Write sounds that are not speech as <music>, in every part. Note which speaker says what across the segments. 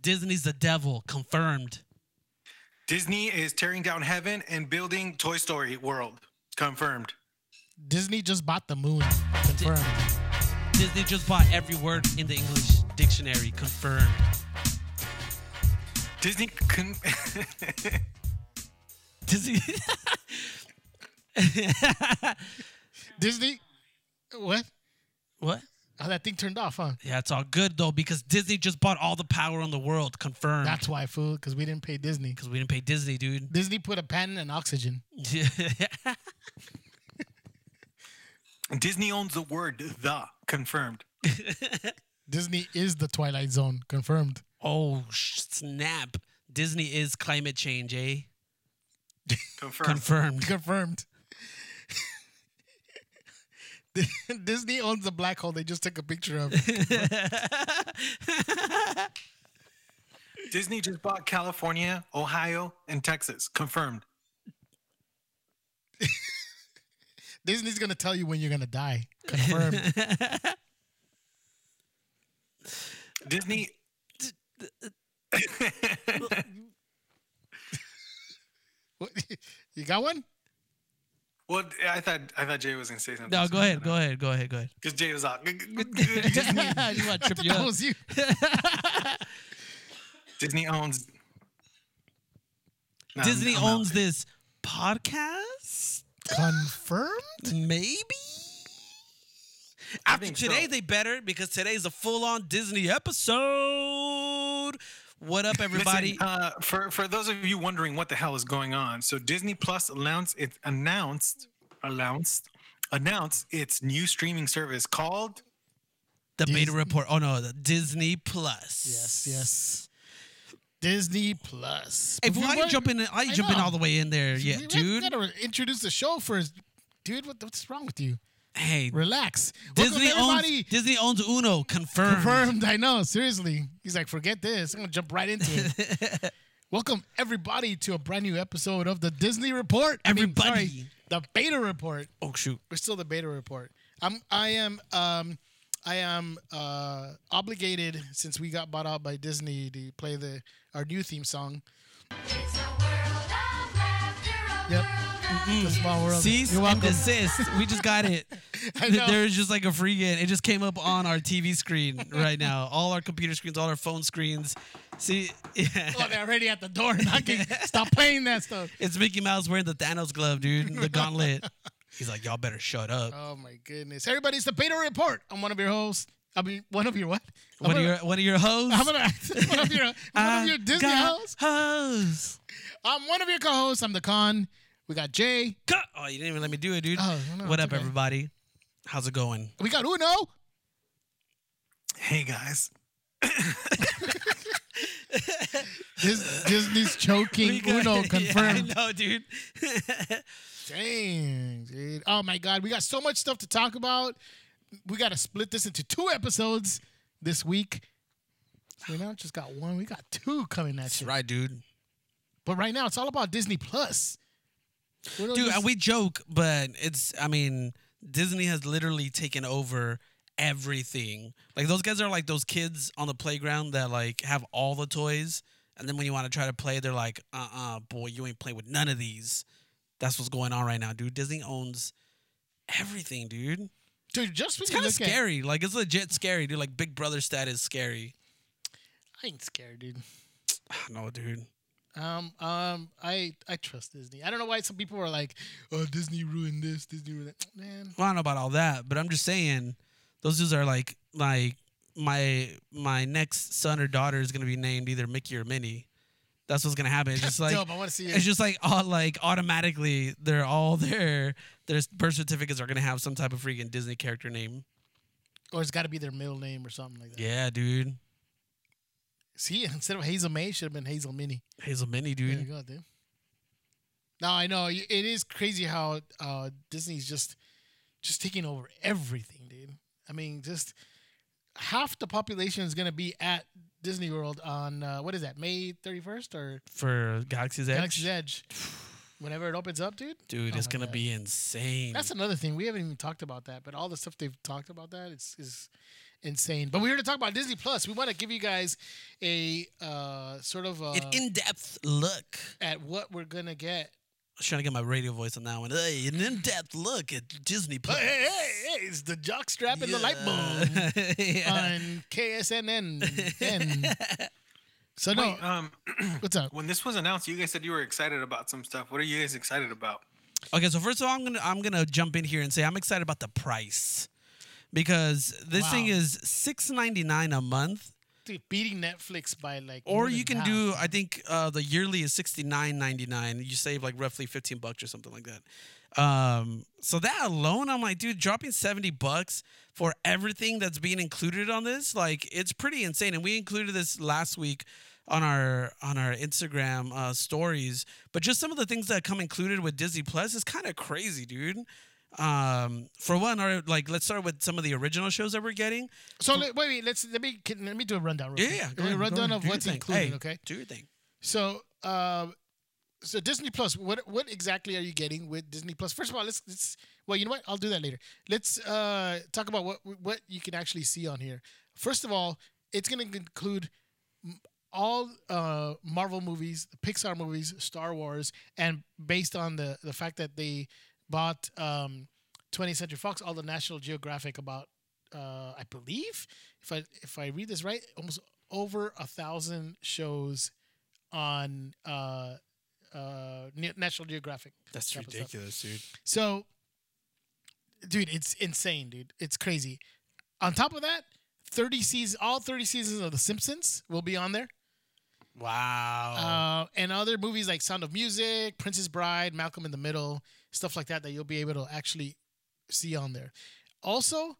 Speaker 1: Disney's the devil. Confirmed.
Speaker 2: Disney is tearing down heaven and building Toy Story World. Confirmed.
Speaker 3: Disney just bought the moon. Confirmed.
Speaker 1: Disney just bought every word in the English dictionary. Confirmed.
Speaker 2: Disney con- <laughs>
Speaker 1: Disney. <laughs>
Speaker 3: Disney. What?
Speaker 1: what?
Speaker 3: Oh, that thing turned off, huh?
Speaker 1: Yeah, it's all good though because Disney just bought all the power in the world. Confirmed.
Speaker 3: That's why, fool, because we didn't pay Disney.
Speaker 1: because we didn't pay Disney, dude. <laughs>
Speaker 3: Disney put a patent on oxygen.
Speaker 2: Disney owns the word the. Confirmed.
Speaker 3: Disney is the Twilight Zone. Confirmed. <laughs>
Speaker 1: oh sh- snap! Disney is climate change, eh?
Speaker 2: Confirmed.
Speaker 1: Confirmed.
Speaker 3: Confirmed. <laughs> Disney owns the black hole they just took a picture
Speaker 1: <laughs>
Speaker 3: of.
Speaker 2: Disney just bought California, Ohio, and Texas. Confirmed.
Speaker 3: Disney's gonna tell you when you're gonna die. Confirmed.
Speaker 1: <laughs>
Speaker 2: Disney.
Speaker 3: What- you got one?
Speaker 2: Well, I thought I thought Jay was gonna say something.
Speaker 1: No, go ahead. Go ahead. Go ahead. Go ahead.
Speaker 2: Because
Speaker 1: <laughs>
Speaker 2: Jay was out. <laughs> Disney,
Speaker 1: I just want to trip you
Speaker 3: That
Speaker 1: up. <laughs>
Speaker 3: was you.
Speaker 2: Disney owns. No, I'm-
Speaker 1: Disney
Speaker 2: I'm out.
Speaker 1: owns this podcast,
Speaker 3: Confirmed.
Speaker 1: maybe.
Speaker 2: I
Speaker 1: After
Speaker 2: think
Speaker 1: today,
Speaker 2: so.
Speaker 1: they better because today's a full-on Disney episode. What
Speaker 3: <laughs>
Speaker 1: up, everybody?
Speaker 2: Listen, uh, for for those of you wondering what the hell is going on, so Disney Plus announced it announced announced announced its new streaming service called
Speaker 1: the beta
Speaker 3: Disney-
Speaker 1: report. Oh no, the Disney Plus.
Speaker 3: Yes, yes. Disney Plus.
Speaker 1: If
Speaker 3: But we
Speaker 1: I
Speaker 3: weren't-
Speaker 1: jump in, I
Speaker 3: I
Speaker 1: jump in
Speaker 3: know.
Speaker 1: all the way in there. Yeah,
Speaker 3: we- We
Speaker 1: dude.
Speaker 3: gotta introduce the show first, dude. What, what's wrong with you?
Speaker 1: Hey,
Speaker 3: Relax. Welcome,
Speaker 1: Disney owns
Speaker 3: everybody.
Speaker 1: Disney owns Uno. Confirmed.
Speaker 3: Confirmed. I know. Seriously, he's like, forget this. I'm gonna jump right into it.
Speaker 1: <laughs>
Speaker 3: Welcome everybody to a brand new episode of the Disney Report. I mean,
Speaker 1: Everybody.
Speaker 3: sorry, the Beta Report.
Speaker 1: Oh shoot.
Speaker 3: We're still the Beta Report. I'm. I am. Um, I am uh, obligated since we got bought out by Disney to play the our new theme song,
Speaker 4: It's a world of laughter, a
Speaker 3: Yep.
Speaker 4: world
Speaker 3: The
Speaker 4: of
Speaker 3: Small World.
Speaker 1: Cease
Speaker 3: You're
Speaker 1: and
Speaker 3: welcome.
Speaker 1: desist. We just got it.
Speaker 3: <laughs> I know.
Speaker 1: There's just like a free game. It just came up on our TV screen right now. All our computer screens, all our phone screens. See, <laughs>
Speaker 3: Oh, they're already at the door <laughs> knocking. Stop playing that stuff.
Speaker 1: it's Mickey Mouse wearing the Thanos glove, dude. The gauntlet. He's like, y'all better shut up.
Speaker 3: Oh my goodness! Everybody, it's the Beta Report. I'm one of your hosts. I mean, one of your what? I'm
Speaker 1: One of
Speaker 3: gonna-
Speaker 1: your one of your hoes.
Speaker 3: <laughs> I'm gonna, <laughs> one
Speaker 1: <laughs>
Speaker 3: of your, one of your Disney hosts.
Speaker 1: hoes.
Speaker 3: I'm one of your co-hosts. I'm the con. We got Jay.
Speaker 1: Go- Oh, you didn't even let me do it, dude.
Speaker 3: Oh, no,
Speaker 1: what
Speaker 3: it's
Speaker 1: up,
Speaker 3: okay.
Speaker 1: everybody? How's it going?
Speaker 3: We got Uno.
Speaker 2: Hey guys.
Speaker 1: <laughs>
Speaker 3: Dis- Disney's choking Uno. Confirmed.
Speaker 1: Yeah, I know, dude.
Speaker 3: Dang, dude. Oh my God, we got so much stuff to talk about. We got to split this into two episodes this week. We not just got one. We got two coming at
Speaker 1: That's
Speaker 3: you.
Speaker 1: right, dude.
Speaker 3: But right now, it's all about Disney Plus. We don't
Speaker 1: Dude,
Speaker 3: just-
Speaker 1: and we joke, but it's, I mean, Disney has literally taken over everything. Like, those guys are like those kids on the playground that, like, have all the toys. And then when you want to try to play, they're like, uh uh, boy, you ain't playing with none of these. That's what's going on right now, dude. Disney owns everything, dude.
Speaker 3: dude, just when
Speaker 1: It's
Speaker 3: you
Speaker 1: kind of
Speaker 3: look at,
Speaker 1: scary. Like, it's legit scary, dude. Like, Big Brother status scary. <sighs>
Speaker 3: I ain't scared, dude.
Speaker 1: No, dude.
Speaker 3: Um, um, I I trust Disney. I don't know why some people are like, "Oh, Disney ruined this, Disney ruined that." Man,
Speaker 1: Well, I don't know about all that, but I'm just saying those dudes are like like my my next son or daughter is gonna be named either Mickey or Minnie. That's what's gonna happen. It's just like
Speaker 3: dope. I want to see
Speaker 1: it's
Speaker 3: it.
Speaker 1: just like all like automatically they're all their their birth certificates are gonna have some type of freaking Disney character name.
Speaker 3: Or it's got to be their middle name or something like that.
Speaker 1: Yeah, dude.
Speaker 3: See, <laughs> instead of Hazel May, it should have been Hazel Minnie.
Speaker 1: Hazel Minnie,
Speaker 3: There you
Speaker 1: dude.
Speaker 3: go, dude. No, I know y- it is crazy how uh, Disney's just just taking over everything, dude. I mean, just half the population is gonna be at Disney World on uh, what is that May thirty first or
Speaker 1: For Galaxy's Edge.
Speaker 3: Galaxy's Edge, whenever it opens up, dude.
Speaker 1: Dude,
Speaker 3: Oh
Speaker 1: it's
Speaker 3: my
Speaker 1: gonna
Speaker 3: God.
Speaker 1: be insane.
Speaker 3: That's another thing we haven't even talked about that, but all the stuff they've talked about that it's is insane. But we're here to talk about Disney Plus. We want to give you guys a uh, sort of uh
Speaker 1: An in-depth look.
Speaker 3: at what we're gonna get.
Speaker 1: I was trying to get my radio voice on that one. Hey, an in-depth look at Disney Plus.
Speaker 3: Hey, hey, hey, hey, it's the jockstrap and the light bulb
Speaker 1: bulb. <laughs> yeah.
Speaker 3: on
Speaker 1: <laughs>
Speaker 3: KSNN. so no, uh,
Speaker 2: Wait, um,
Speaker 1: uh.
Speaker 3: what's up?
Speaker 2: when this was announced, you guys said you were excited about some stuff. What are you guys excited about?
Speaker 1: Okay, so first of all, I'm gonna I'm gonna jump in here and say I'm excited about the price because this thing
Speaker 3: Wow.
Speaker 1: is six ninety nine a month.
Speaker 3: Dude, beating Netflix by like.
Speaker 1: Or
Speaker 3: more
Speaker 1: you
Speaker 3: than
Speaker 1: can
Speaker 3: half.
Speaker 1: do, I think uh, the yearly is sixty nine ninety nine. You save like roughly fifteen bucks or something like that. Um, so that alone, I'm like, dude, dropping seventy bucks for everything that's being included on this, like, it's pretty insane. And we included this last week on our on our Instagram uh, stories, but just some of the things that come included with Disney Plus is kind of crazy, dude. Um, for one, or like, let's start with some of the original shows that we're getting.
Speaker 3: So let, wait, wait, let's let me can- let me do a rundown. Real
Speaker 1: Yeah,
Speaker 3: quick.
Speaker 1: yeah,
Speaker 3: a rundown of what's included. Okay,
Speaker 1: do your thing.
Speaker 3: so um, so Disney Plus, what what exactly are you getting with Disney Plus? First of all, let's, let's well, you know what? I'll do that later. Let's uh talk about what what you can actually see on here. First of all, it's going to include m- all uh Marvel movies, Pixar movies, Star Wars, and based on the the fact that they bought um 20th Century Fox, all the National Geographic about uh, I believe if I if I read this right, almost over a thousand shows on uh, uh, Na- National Geographic.
Speaker 1: That's
Speaker 3: type of stuff.
Speaker 1: ridiculous, dude.
Speaker 3: So, dude, it's insane, dude. It's crazy. On top of that, thirty seasons, all thirty seasons of The Simpsons will be on there,
Speaker 1: Wow.
Speaker 3: uh, and other movies like Sound of Music, Princess Bride, Malcolm in the Middle, stuff like that that you'll be able to actually see on there. Also,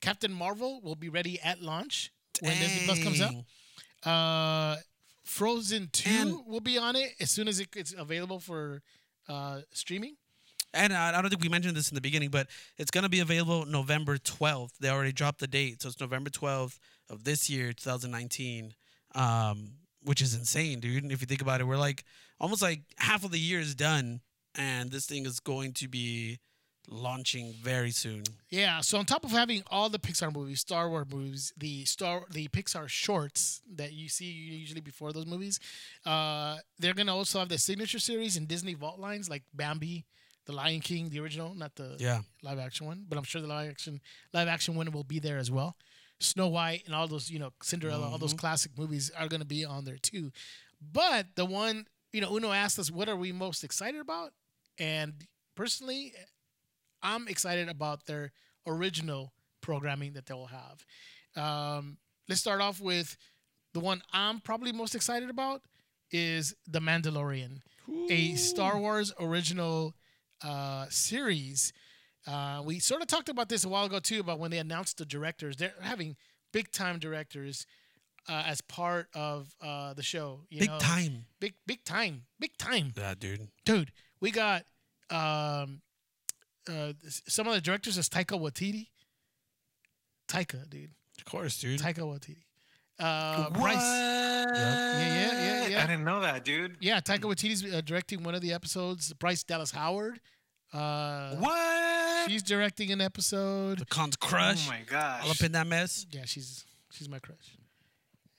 Speaker 3: Captain Marvel will be ready at launch when Disney Plus comes out.
Speaker 1: Dang.
Speaker 3: Uh, Frozen Two
Speaker 1: And-
Speaker 3: will be on it as soon as it, it's available for uh, streaming.
Speaker 1: And uh, I, I don't think we mentioned this in the beginning, but it's going to be available November 12th. They already dropped the date. So it's November 12th of this year, 2019, um, which is insane, dude. And if you think about it, we're like almost like half of the year is done. And this thing is going to be launching very soon.
Speaker 3: Yeah. So on top of having all the Pixar movies, Star Wars movies, the Star the Pixar shorts that you see usually before those movies, uh, they're gonna also have the signature series and Disney Vault lines like Bambi, The Lion King, the original, not the
Speaker 1: Yeah.
Speaker 3: live action one, but I'm sure the live action live action one will be there as well. Snow White and all those, you know, Cinderella, all those classic movies are going to be on there too. But the one, you know, Uno asked us, what are we most excited about? And personally, I'm excited about their original programming that they will have. Um, let's start off with the one I'm probably most excited about is The Mandalorian, a Star Wars original uh, series. Uh, we sort of talked about this a while ago too about when they announced the directors. They're having big time directors uh, as part of uh, the show. You
Speaker 1: Big
Speaker 3: know?
Speaker 1: time.
Speaker 3: Big big time. Big time
Speaker 1: Yeah, dude.
Speaker 3: dude, we got um, uh, s- some of the directors is Taika Waititi. Taika, dude.
Speaker 1: Of course, dude.
Speaker 3: Taika
Speaker 2: Mm-hmm.
Speaker 3: Waititi. Uh, Bryce. Yeah, yeah, yeah, yeah.
Speaker 2: I didn't know that, dude.
Speaker 3: Yeah, Taika Waititi's uh, directing one of the episodes. Bryce Dallas Howard. Uh,
Speaker 2: What?
Speaker 3: She's directing an episode.
Speaker 1: The cons
Speaker 2: Oh
Speaker 1: crush.
Speaker 2: my
Speaker 1: all up
Speaker 2: gosh.
Speaker 1: in that mess.
Speaker 3: Yeah, she's she's my crush.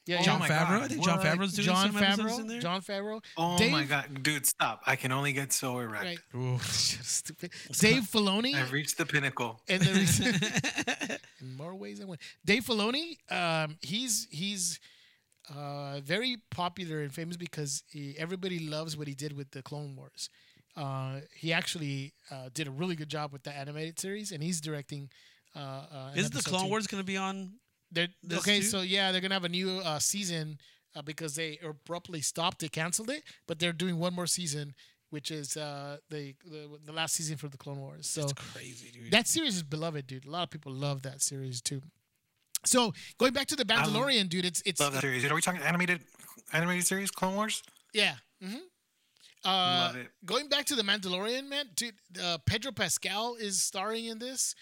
Speaker 3: Yeah,
Speaker 2: Oh
Speaker 1: John
Speaker 2: my
Speaker 1: Favreau.
Speaker 2: God,
Speaker 1: I think John
Speaker 2: what?
Speaker 1: Favreau's doing
Speaker 3: John
Speaker 1: some episodes in
Speaker 3: Favreau.
Speaker 1: there.
Speaker 3: John Favreau.
Speaker 2: Oh my
Speaker 3: Dave-
Speaker 2: god, dude, stop! I can only get so erect. <laughs>
Speaker 3: Right. <laughs>
Speaker 1: Oof.
Speaker 3: Stupid. Dave Filoni.
Speaker 2: I've reached the pinnacle.
Speaker 3: and the reason
Speaker 1: <laughs>
Speaker 3: <laughs> in more ways than one. Dave Filoni, um, he's he's uh, very popular and famous because he, everybody loves what he did with the Clone Wars. Uh, he actually uh, did a really good job with the animated series, and he's directing. Uh, uh, an
Speaker 1: Is the
Speaker 3: episode
Speaker 1: Clone
Speaker 3: too.
Speaker 1: Wars gonna be on?
Speaker 3: They're,
Speaker 1: this
Speaker 3: okay,
Speaker 1: too?
Speaker 3: so yeah, they're gonna have a new uh, season uh, because they abruptly stopped it, canceled it, but they're doing one more season, which is uh, the, the the last season for the Clone Wars. So
Speaker 1: Crazy dude.
Speaker 3: that series is beloved, dude. A lot of people love that series too. So going back to the
Speaker 2: I
Speaker 3: Mandalorian, dude, it's it's
Speaker 2: Love that series. Are we talking animated, animated series, Clone Wars?
Speaker 3: yeah. hmm Uh,
Speaker 2: Love it.
Speaker 3: Going back to the Mandalorian, man, dude. Uh, Pedro Pascal is starring in this.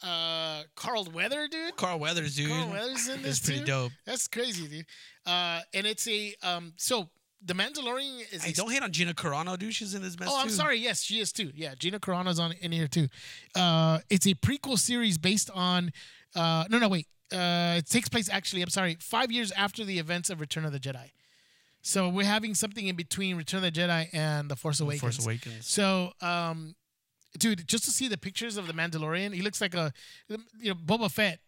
Speaker 3: Uh, Carl Weather, dude.
Speaker 1: Carl Weathers, dude.
Speaker 3: Carl
Speaker 2: <laughs>
Speaker 3: Weathers is in
Speaker 1: That's
Speaker 3: this
Speaker 1: pretty
Speaker 3: too.
Speaker 1: dope.
Speaker 3: That's crazy, dude. Uh, and it's a um. So the Mandalorian is
Speaker 1: Hey,
Speaker 3: a
Speaker 1: don't hate on Gina Carano, dude. She's in this mess.
Speaker 3: Oh, I'm
Speaker 1: too.
Speaker 3: sorry. Yes, she is too. Yeah, Gina Carano's on in here too. Uh, it's a prequel series based on. Uh, no, no, wait. uh, it takes place actually. I'm sorry, five years after the events of Return of the Jedi. So we're having something in between Return of the Jedi and the Force Awakens.
Speaker 1: Force Awakens.
Speaker 3: So, um, dude, just to see the pictures of the Mandalorian, he looks like a, you know, Boba Fett.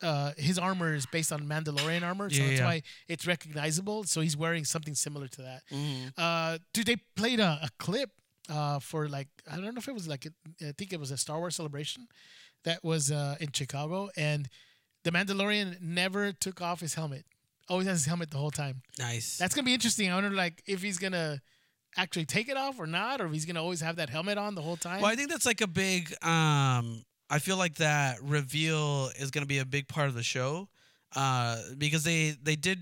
Speaker 3: Uh, his armor is based on Mandalorian armor, so
Speaker 1: Yeah,
Speaker 3: that's
Speaker 1: yeah.
Speaker 3: why it's recognizable. So he's wearing something similar to that.
Speaker 1: Mm-hmm.
Speaker 3: Uh, dude, they played a, a clip uh, for like I don't know if it was like I think it was a Star Wars celebration that was uh, in Chicago, and the Mandalorian never took off his helmet. Always has his helmet the whole time.
Speaker 1: Nice.
Speaker 3: That's gonna be interesting. I wonder like if he's gonna actually take it off or not, or if he's gonna always have that helmet on the whole time.
Speaker 1: Well, I think that's like a big. Um, I feel like that reveal is going to be a big part of the show, uh, because they they did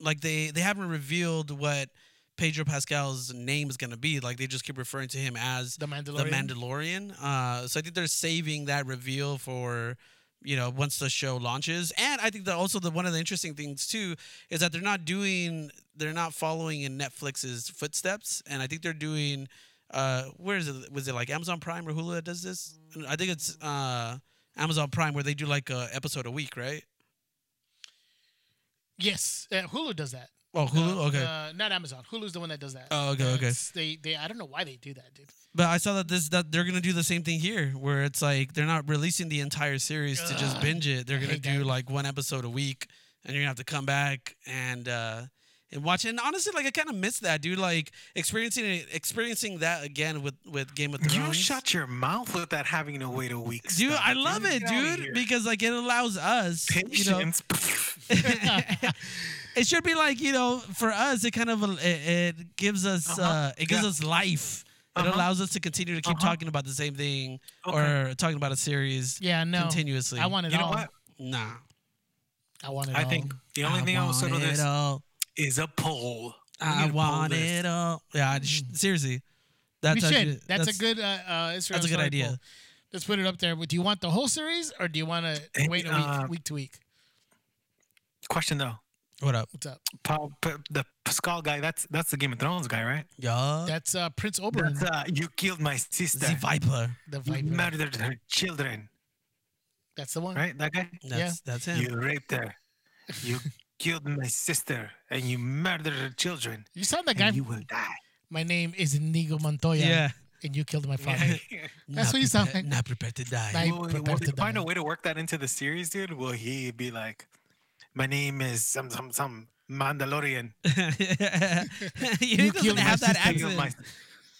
Speaker 1: like they they haven't revealed what Pedro Pascal's name is going to be. Like they just keep referring to him as
Speaker 3: The Mandalorian.
Speaker 1: the Mandalorian. Uh, so I think they're saving that reveal for you know once the show launches. And I think that also the one of the interesting things too is that they're not doing they're not following in Netflix's footsteps, and I think they're doing. Uh, where is it? Was it like Amazon Prime or Hulu that does this? I think it's uh, Amazon Prime where they do like a episode a week, right?
Speaker 3: yes, uh, Hulu does that.
Speaker 1: Oh, Hulu.
Speaker 3: Uh,
Speaker 1: okay.
Speaker 3: uh, not Amazon. Hulu's the one that does that.
Speaker 1: Oh, okay, okay.
Speaker 3: It's- They, they, I don't know why they do that, dude.
Speaker 1: But I saw that this that they're gonna do the same thing here, where it's like they're not releasing the entire series to just
Speaker 3: Ugh.
Speaker 1: binge it. They're
Speaker 3: I
Speaker 1: gonna
Speaker 3: hate
Speaker 1: do
Speaker 3: that.
Speaker 1: like one episode a week, and you're gonna have to come back and uh and watch. it. And honestly, like I kind of miss that, dude. Like experiencing it, experiencing that again with with Game of Thrones.
Speaker 2: You shut your mouth with that having to wait a week.
Speaker 1: Dude,
Speaker 2: stuff,
Speaker 1: I love it,
Speaker 2: Get outta
Speaker 1: dude,
Speaker 2: here.
Speaker 1: because like it allows us, you know, <laughs>
Speaker 2: Patience. <laughs>
Speaker 1: it should be like you know for us it kind of it, it gives us uh it gives
Speaker 2: Uh-huh. Yeah.
Speaker 1: us life it
Speaker 2: Uh-huh.
Speaker 1: allows us to continue to keep
Speaker 2: Uh-huh.
Speaker 1: talking about the same thing
Speaker 2: Okay.
Speaker 1: or talking about a series
Speaker 3: Yeah, no.
Speaker 1: continuously
Speaker 3: I want it
Speaker 2: You know
Speaker 3: all.
Speaker 2: what?
Speaker 1: nah
Speaker 3: I want it
Speaker 2: I
Speaker 3: all.
Speaker 2: think the only
Speaker 1: I
Speaker 2: thing I will
Speaker 1: want
Speaker 2: settle
Speaker 1: it
Speaker 2: this
Speaker 1: all.
Speaker 2: is a poll. We
Speaker 1: i
Speaker 2: need a poll
Speaker 1: want
Speaker 2: this.
Speaker 1: it all yeah I sh- seriously that's
Speaker 3: Mm. we should.
Speaker 1: actually-
Speaker 3: that's, a good. Uh, uh,
Speaker 1: that's
Speaker 3: Instagram
Speaker 1: a good
Speaker 3: story
Speaker 1: idea.
Speaker 3: poll. Let's put it up there. Do you want the whole series or do you want to
Speaker 2: Hey,
Speaker 3: wait a week,
Speaker 2: uh,
Speaker 3: week to week?
Speaker 2: Question though,
Speaker 1: what up
Speaker 3: What's up?
Speaker 2: Paul, P- the Pascal guy. That's that's the Game of Thrones guy, right?
Speaker 1: yeah
Speaker 3: That's uh, Prince Oberyn,
Speaker 2: That's, uh, you killed my sister.
Speaker 1: the viper
Speaker 3: the
Speaker 2: You
Speaker 3: Viper.
Speaker 2: murdered her children,
Speaker 3: That's the one.
Speaker 2: right? That guy.
Speaker 1: that's that's him
Speaker 2: You raped her.
Speaker 1: <laughs>
Speaker 2: You killed my sister, and you murdered her children.
Speaker 3: You sound that guy.
Speaker 2: And you will die.
Speaker 3: My name is Inigo Montoya,
Speaker 1: yeah
Speaker 3: and you
Speaker 2: <laughs>
Speaker 3: killed my <laughs> father. Oh, That's
Speaker 1: Not
Speaker 3: what you sound
Speaker 1: prepared-
Speaker 3: like.
Speaker 1: not prepared to die <laughs>
Speaker 3: Like- I
Speaker 2: Will- will
Speaker 3: prepared
Speaker 2: they
Speaker 3: to
Speaker 2: find
Speaker 3: die.
Speaker 2: a way to work that into the series, dude? Will he be like, my name is some some some Mandalorian?
Speaker 1: you, you
Speaker 3: You
Speaker 1: doesn't
Speaker 2: <laughs>
Speaker 3: killed my
Speaker 1: have that
Speaker 2: You killed
Speaker 1: accent
Speaker 2: my,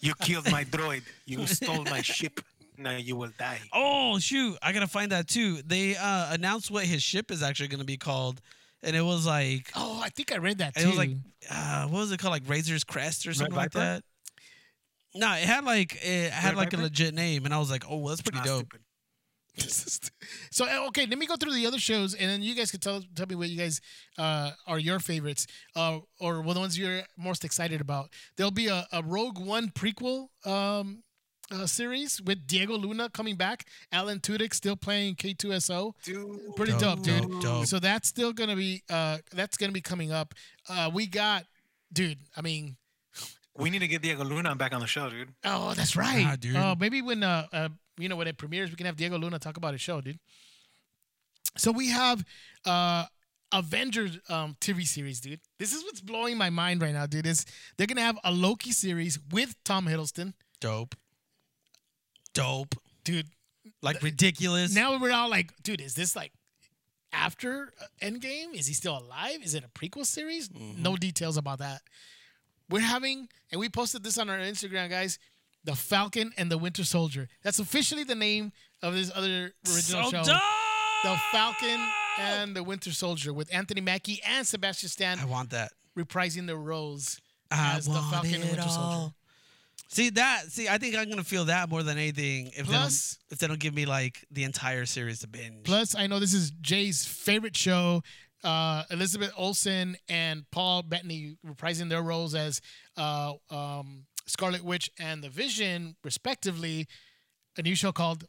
Speaker 2: you
Speaker 1: <laughs>
Speaker 2: killed my droid. You stole my ship. Now you will die.
Speaker 1: Oh shoot, I gotta find that too. They uh announced what his ship is actually gonna be called, and it was like
Speaker 3: oh, I think I read that too.
Speaker 1: it was like
Speaker 3: <laughs>
Speaker 1: uh, what was it called? Like Razor's Crest or something like
Speaker 2: Viper?
Speaker 1: that. No, it had like it had
Speaker 2: Red
Speaker 1: like a
Speaker 2: Viper?
Speaker 1: legit name, and I was like, oh, well, that's pretty
Speaker 2: Nah,
Speaker 1: dope.
Speaker 2: stupid.
Speaker 3: so uh, okay, let me go through the other shows, and then you guys can tell tell me what you guys uh, are your favorites, uh, or well, the ones you're most excited about. There'll be a, a Rogue One prequel um, uh, series with Diego Luna coming back, Alan Tudyk still playing K2SO.
Speaker 2: Dude,
Speaker 3: Pretty
Speaker 1: Dope,
Speaker 3: dope, dude.
Speaker 1: dope, dope.
Speaker 3: So that's still gonna be uh, that's gonna be coming up. Uh, we got, dude. I mean,
Speaker 2: We need to get Diego Luna back on the show, dude.
Speaker 3: oh, that's right,
Speaker 1: Nah, dude.
Speaker 3: Oh, maybe when uh, uh, you know when it premieres, we can have Diego Luna talk about his show, dude. So we have uh Avengers um TV series, dude. This is what's blowing my mind right now, dude. Is they're gonna have a Loki series with Tom Hiddleston,
Speaker 1: Dope, dope,
Speaker 3: dude.
Speaker 1: like ridiculous.
Speaker 3: Now we're all like, dude, is this like after uh, Endgame? Is he still alive? Is it a prequel series?
Speaker 1: Mm-hmm.
Speaker 3: No details about that. We're having, and we posted this on our Instagram, guys. The Falcon and the Winter Soldier. That's officially the name of this other original
Speaker 1: so
Speaker 3: show.
Speaker 1: dope.
Speaker 3: The Falcon and the Winter Soldier with Anthony Mackie and Sebastian Stan
Speaker 1: I want that.
Speaker 3: reprising their roles
Speaker 1: I
Speaker 3: as the
Speaker 1: want
Speaker 3: Falcon and
Speaker 1: it
Speaker 3: Winter Soldier.
Speaker 1: all. See that? See, I think I'm gonna feel that more than anything if they don't
Speaker 3: Plus-
Speaker 1: if they don't give me like the entire series to binge.
Speaker 3: Plus, I know this is Jay's favorite show. Uh, Elizabeth Olsen and Paul Bettany reprising their roles as uh, um, Scarlet Witch and the Vision, respectively. A new show called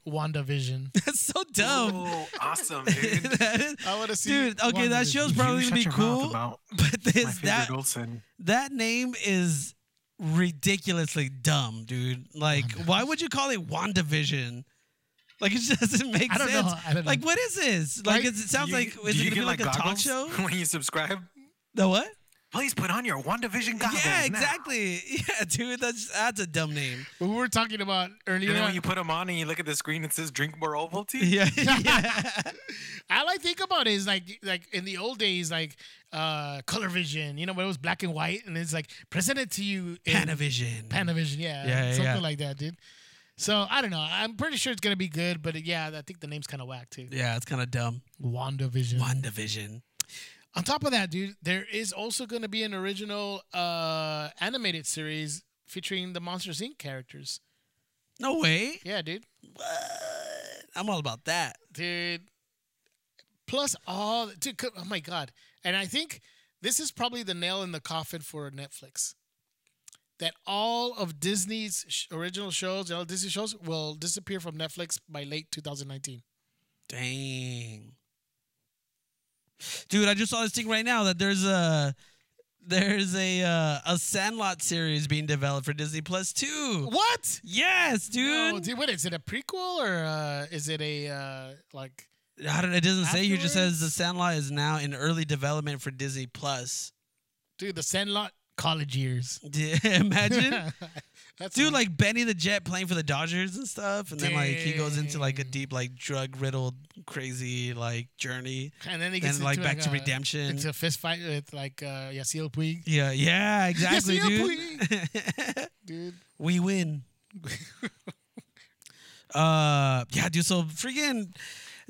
Speaker 1: <laughs>
Speaker 3: WandaVision.
Speaker 1: That's so dumb.
Speaker 2: Oh,
Speaker 1: <laughs>
Speaker 2: awesome, dude.
Speaker 1: That is-
Speaker 3: I want to see.
Speaker 1: Dude, okay, that
Speaker 3: WandaVision.
Speaker 1: show's probably
Speaker 2: You
Speaker 1: gonna be
Speaker 2: shut your mouth
Speaker 1: cool,
Speaker 2: about
Speaker 1: but
Speaker 2: my
Speaker 1: this
Speaker 2: favorite
Speaker 1: that
Speaker 2: Olsen.
Speaker 1: that name is ridiculously dumb, dude. Like, why would you call it WandaVision? Like it <laughs> just doesn't make
Speaker 3: I don't
Speaker 1: sense.
Speaker 3: know. I don't know.
Speaker 1: Like what is this? Like
Speaker 3: Right?
Speaker 1: it's, it sounds
Speaker 2: You-
Speaker 1: like is
Speaker 2: do
Speaker 1: it
Speaker 2: you
Speaker 1: gonna be
Speaker 2: get,
Speaker 1: like, a talk
Speaker 2: goggles
Speaker 1: show?
Speaker 2: when you subscribe?
Speaker 1: The what?
Speaker 2: Please put on your One Division goggles.
Speaker 1: yeah,
Speaker 2: now.
Speaker 1: exactly. <laughs> Yeah, dude, that's that's a dumb name. <laughs>
Speaker 3: But we were talking about earlier.
Speaker 2: And then
Speaker 3: <laughs>
Speaker 2: when you put them on and you look at the screen, it says "Drink more Ovaltine."
Speaker 1: Yeah, yeah. <laughs>
Speaker 3: all I think about is like like in the old days, like uh color vision, you know, when it was black and white and it's like presented to you in
Speaker 1: Panavision.
Speaker 3: Panavision, yeah.
Speaker 1: Yeah, yeah,
Speaker 3: something
Speaker 1: yeah.
Speaker 3: like that, dude. So I don't know. I'm pretty sure it's gonna be good, but uh, yeah, I think the name's kinda whack too.
Speaker 1: yeah, it's kind of dumb.
Speaker 3: WandaVision.
Speaker 1: WandaVision.
Speaker 3: On top of that, dude, there is also gonna be an original uh animated series featuring the Monsters Inc. characters.
Speaker 1: No way.
Speaker 3: Yeah, dude.
Speaker 1: What? I'm all about that.
Speaker 3: dude. Plus all, dude. co- Oh my god! And I think this is probably the nail in the coffin for Netflix. That all of Disney's sh- original shows, all Disney shows, will disappear from Netflix by late 2019.
Speaker 1: Dang. Dude, I just saw this thing right now that there's a there's a uh, a Sandlot series being developed for Disney Plus too.
Speaker 3: What?
Speaker 1: Yes, dude.
Speaker 3: No, dude, what is it? A prequel or uh, is it a uh, like?
Speaker 1: I don't, it doesn't say here. It just says
Speaker 3: Afterwards?
Speaker 1: the Sandlot is now in early development for Disney Plus. <laughs>
Speaker 3: Dude, the Sandlot college years.
Speaker 1: Yeah,
Speaker 3: <laughs>
Speaker 1: Imagine,
Speaker 3: That's
Speaker 1: dude, like Benny the Jet playing for the Dodgers and stuff, and then like he goes into like a
Speaker 3: Dang.
Speaker 1: deep, like drug riddled, crazy like journey,
Speaker 3: and then he gets
Speaker 1: and like
Speaker 3: into,
Speaker 1: back to
Speaker 3: a-
Speaker 1: redemption.
Speaker 3: Into a fist fight with like uh, Yasiel Puig,
Speaker 1: yeah, yeah, exactly,
Speaker 3: yeah,
Speaker 1: <laughs> dude.
Speaker 3: dude.
Speaker 1: we
Speaker 3: <laughs>
Speaker 1: win. uh, yeah, dude. So freaking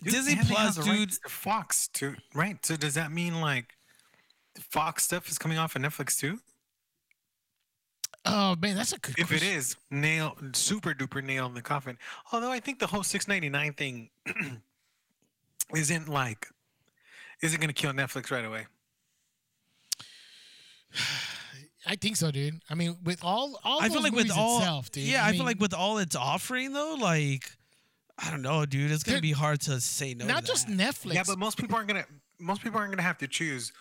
Speaker 2: Dude,
Speaker 1: Disney
Speaker 2: Disney
Speaker 1: Plus,
Speaker 2: has the
Speaker 1: dude.
Speaker 2: rights to Fox too, right? So does that mean like Fox stuff is coming off of Netflix too?
Speaker 3: Oh man, that's a good.
Speaker 2: If it
Speaker 3: question.
Speaker 2: is, nail super duper nail in the coffin. Although I think the whole six ninety nine thing <clears throat> isn't like isn't gonna kill Netflix right away.
Speaker 3: I think so, dude. I mean, with all all
Speaker 1: I feel
Speaker 3: those
Speaker 1: like with
Speaker 3: movies
Speaker 1: all,
Speaker 3: itself, dude.
Speaker 1: yeah, I, feel
Speaker 3: mean,
Speaker 1: like with all it's offering though, like I don't know, dude. It's gonna
Speaker 3: Dude,
Speaker 1: be hard to say no.
Speaker 3: not
Speaker 1: to
Speaker 3: just
Speaker 1: that.
Speaker 3: Netflix.
Speaker 2: Yeah, but most people aren't gonna most people aren't gonna have to choose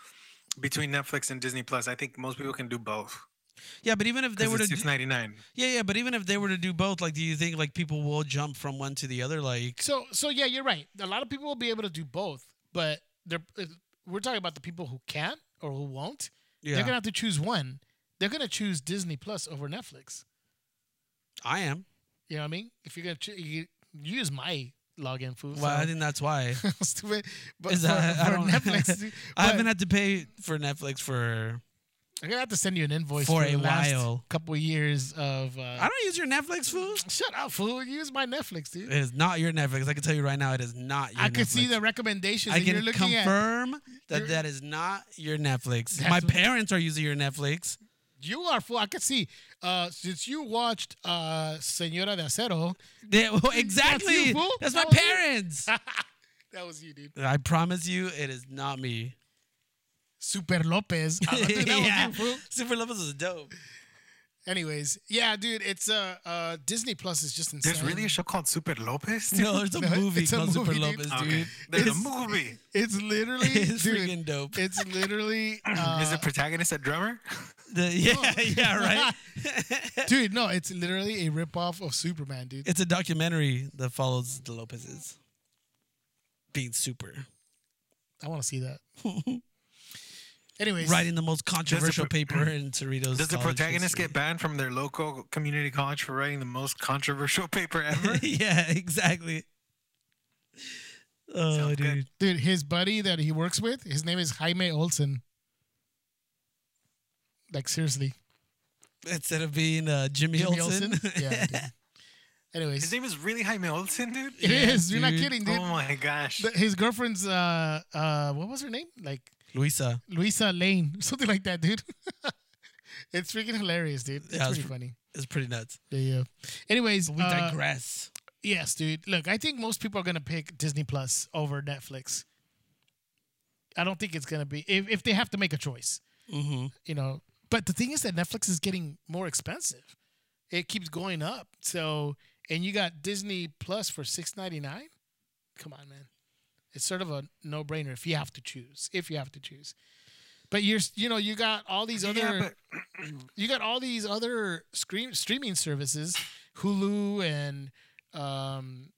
Speaker 2: between Netflix and Disney Plus. I think most people can do both.
Speaker 1: yeah, but even if they
Speaker 2: They
Speaker 1: were to,
Speaker 2: six
Speaker 1: do,
Speaker 2: ninety nine.
Speaker 1: yeah, yeah, but even if they were to do both, like, do you think like people will jump from one to the other? Like,
Speaker 3: so so yeah, you're right. A lot of people will be able to do both, but they're uh, we're talking about the people who can't or who won't.
Speaker 1: yeah,
Speaker 3: They're gonna have to choose one. They're gonna choose Disney Plus over Netflix.
Speaker 1: I am.
Speaker 3: You know what I mean? If you're gonna cho- you, you use my login food.
Speaker 1: Well,
Speaker 3: <laughs>
Speaker 1: I think that's why
Speaker 3: stupid. But
Speaker 1: Is
Speaker 3: for,
Speaker 1: that- I
Speaker 3: for
Speaker 1: don't- <laughs>
Speaker 3: Netflix, dude,
Speaker 1: I
Speaker 3: but
Speaker 1: haven't had to pay for Netflix for.
Speaker 3: I'm gonna have to send you an invoice
Speaker 1: for
Speaker 3: for,
Speaker 1: a
Speaker 3: the last
Speaker 1: while.
Speaker 3: Couple years of. Uh,
Speaker 1: I don't use your Netflix, fool.
Speaker 3: shut up, fool! Use my Netflix, dude.
Speaker 1: It is not your Netflix. I can tell you right now, it is not your.
Speaker 3: I could see
Speaker 1: Netflix.
Speaker 3: the recommendations
Speaker 1: I
Speaker 3: that you're
Speaker 1: can
Speaker 3: looking at.
Speaker 1: confirm that
Speaker 3: You're-
Speaker 1: that is not your Netflix.
Speaker 3: That's
Speaker 1: My
Speaker 3: what-
Speaker 1: parents are using your Netflix.
Speaker 3: You are full. I could see. Uh, since you watched uh, Senora de Acero,
Speaker 1: They- well,
Speaker 3: you,
Speaker 1: exactly.
Speaker 3: fool.
Speaker 1: That's my
Speaker 3: That was you. <laughs>
Speaker 1: parents.
Speaker 3: that was you, dude.
Speaker 1: I promise you, it is not me.
Speaker 3: Super Lopez. <laughs> I
Speaker 1: <laughs>
Speaker 3: think that
Speaker 1: Yeah.
Speaker 3: was you, fool.
Speaker 1: Super Levels is dope.
Speaker 3: Anyways, yeah, dude. It's uh, uh, Disney Plus is just insane.
Speaker 2: There's really a show called Super Lopez. dude?
Speaker 1: No, there's a movie
Speaker 3: <laughs> it's a
Speaker 1: called Super
Speaker 3: movie, dude.
Speaker 1: Lopez, dude.
Speaker 2: Okay. There's a
Speaker 3: It's-
Speaker 2: movie.
Speaker 3: It's literally,
Speaker 1: <laughs> It's
Speaker 3: dude,
Speaker 1: freaking dope.
Speaker 3: It's
Speaker 1: <laughs>
Speaker 3: literally, uh,
Speaker 2: Is the protagonist a drummer?
Speaker 1: The- <laughs> yeah, yeah, right.
Speaker 3: <laughs> dude. No, it's literally a ripoff of Superman, dude.
Speaker 1: it's a documentary that follows the Lopez's being super,
Speaker 3: I want to see that.
Speaker 1: <laughs>
Speaker 3: Anyways,
Speaker 1: writing the most controversial
Speaker 2: pro-
Speaker 1: paper in Cerritos.
Speaker 2: Does the
Speaker 1: college
Speaker 2: protagonist
Speaker 1: history.
Speaker 2: get banned from their local community college for writing the most controversial <laughs> paper
Speaker 3: <laughs>
Speaker 2: ever?
Speaker 1: <laughs> yeah, exactly. Oh,
Speaker 2: Sounds
Speaker 1: dude.
Speaker 2: good.
Speaker 3: dude, his buddy that he works with, his name is Jaime Olsen. Like seriously,
Speaker 1: Instead of being uh, Jimmy,
Speaker 3: Jimmy
Speaker 1: Olsen. <laughs>
Speaker 3: Olsen? yeah. Dude. Anyways,
Speaker 2: His name is really Jaime Olsen, dude.
Speaker 3: it
Speaker 1: Yeah,
Speaker 3: is. <laughs> You're not
Speaker 1: dude.
Speaker 3: kidding, dude.
Speaker 2: Oh my gosh.
Speaker 3: The- his girlfriend's uh uh what was her name? Like
Speaker 1: Luisa.
Speaker 3: Luisa Lane, <laughs> something like that, dude. it's freaking hilarious, dude. It's
Speaker 1: Yeah, it's
Speaker 3: pretty
Speaker 1: pr-
Speaker 3: funny.
Speaker 1: It's pretty nuts.
Speaker 3: Yeah, yeah. Anyways,
Speaker 1: We
Speaker 3: uh,
Speaker 1: digress.
Speaker 3: Yes, dude. Look, I think most people are gonna pick Disney Plus over Netflix. I don't think it's gonna be if, if they have to make a choice,
Speaker 1: hmm
Speaker 3: you know. But the thing is that Netflix is getting more expensive. It keeps going up. So and you got Disney Plus for six ninety nine? Come on, man. It's sort of a no brainer if you have to choose. If you have to choose. But you're you know, you got all these other
Speaker 2: yeah, but
Speaker 3: you got all these other scream, streaming services, Hulu and um,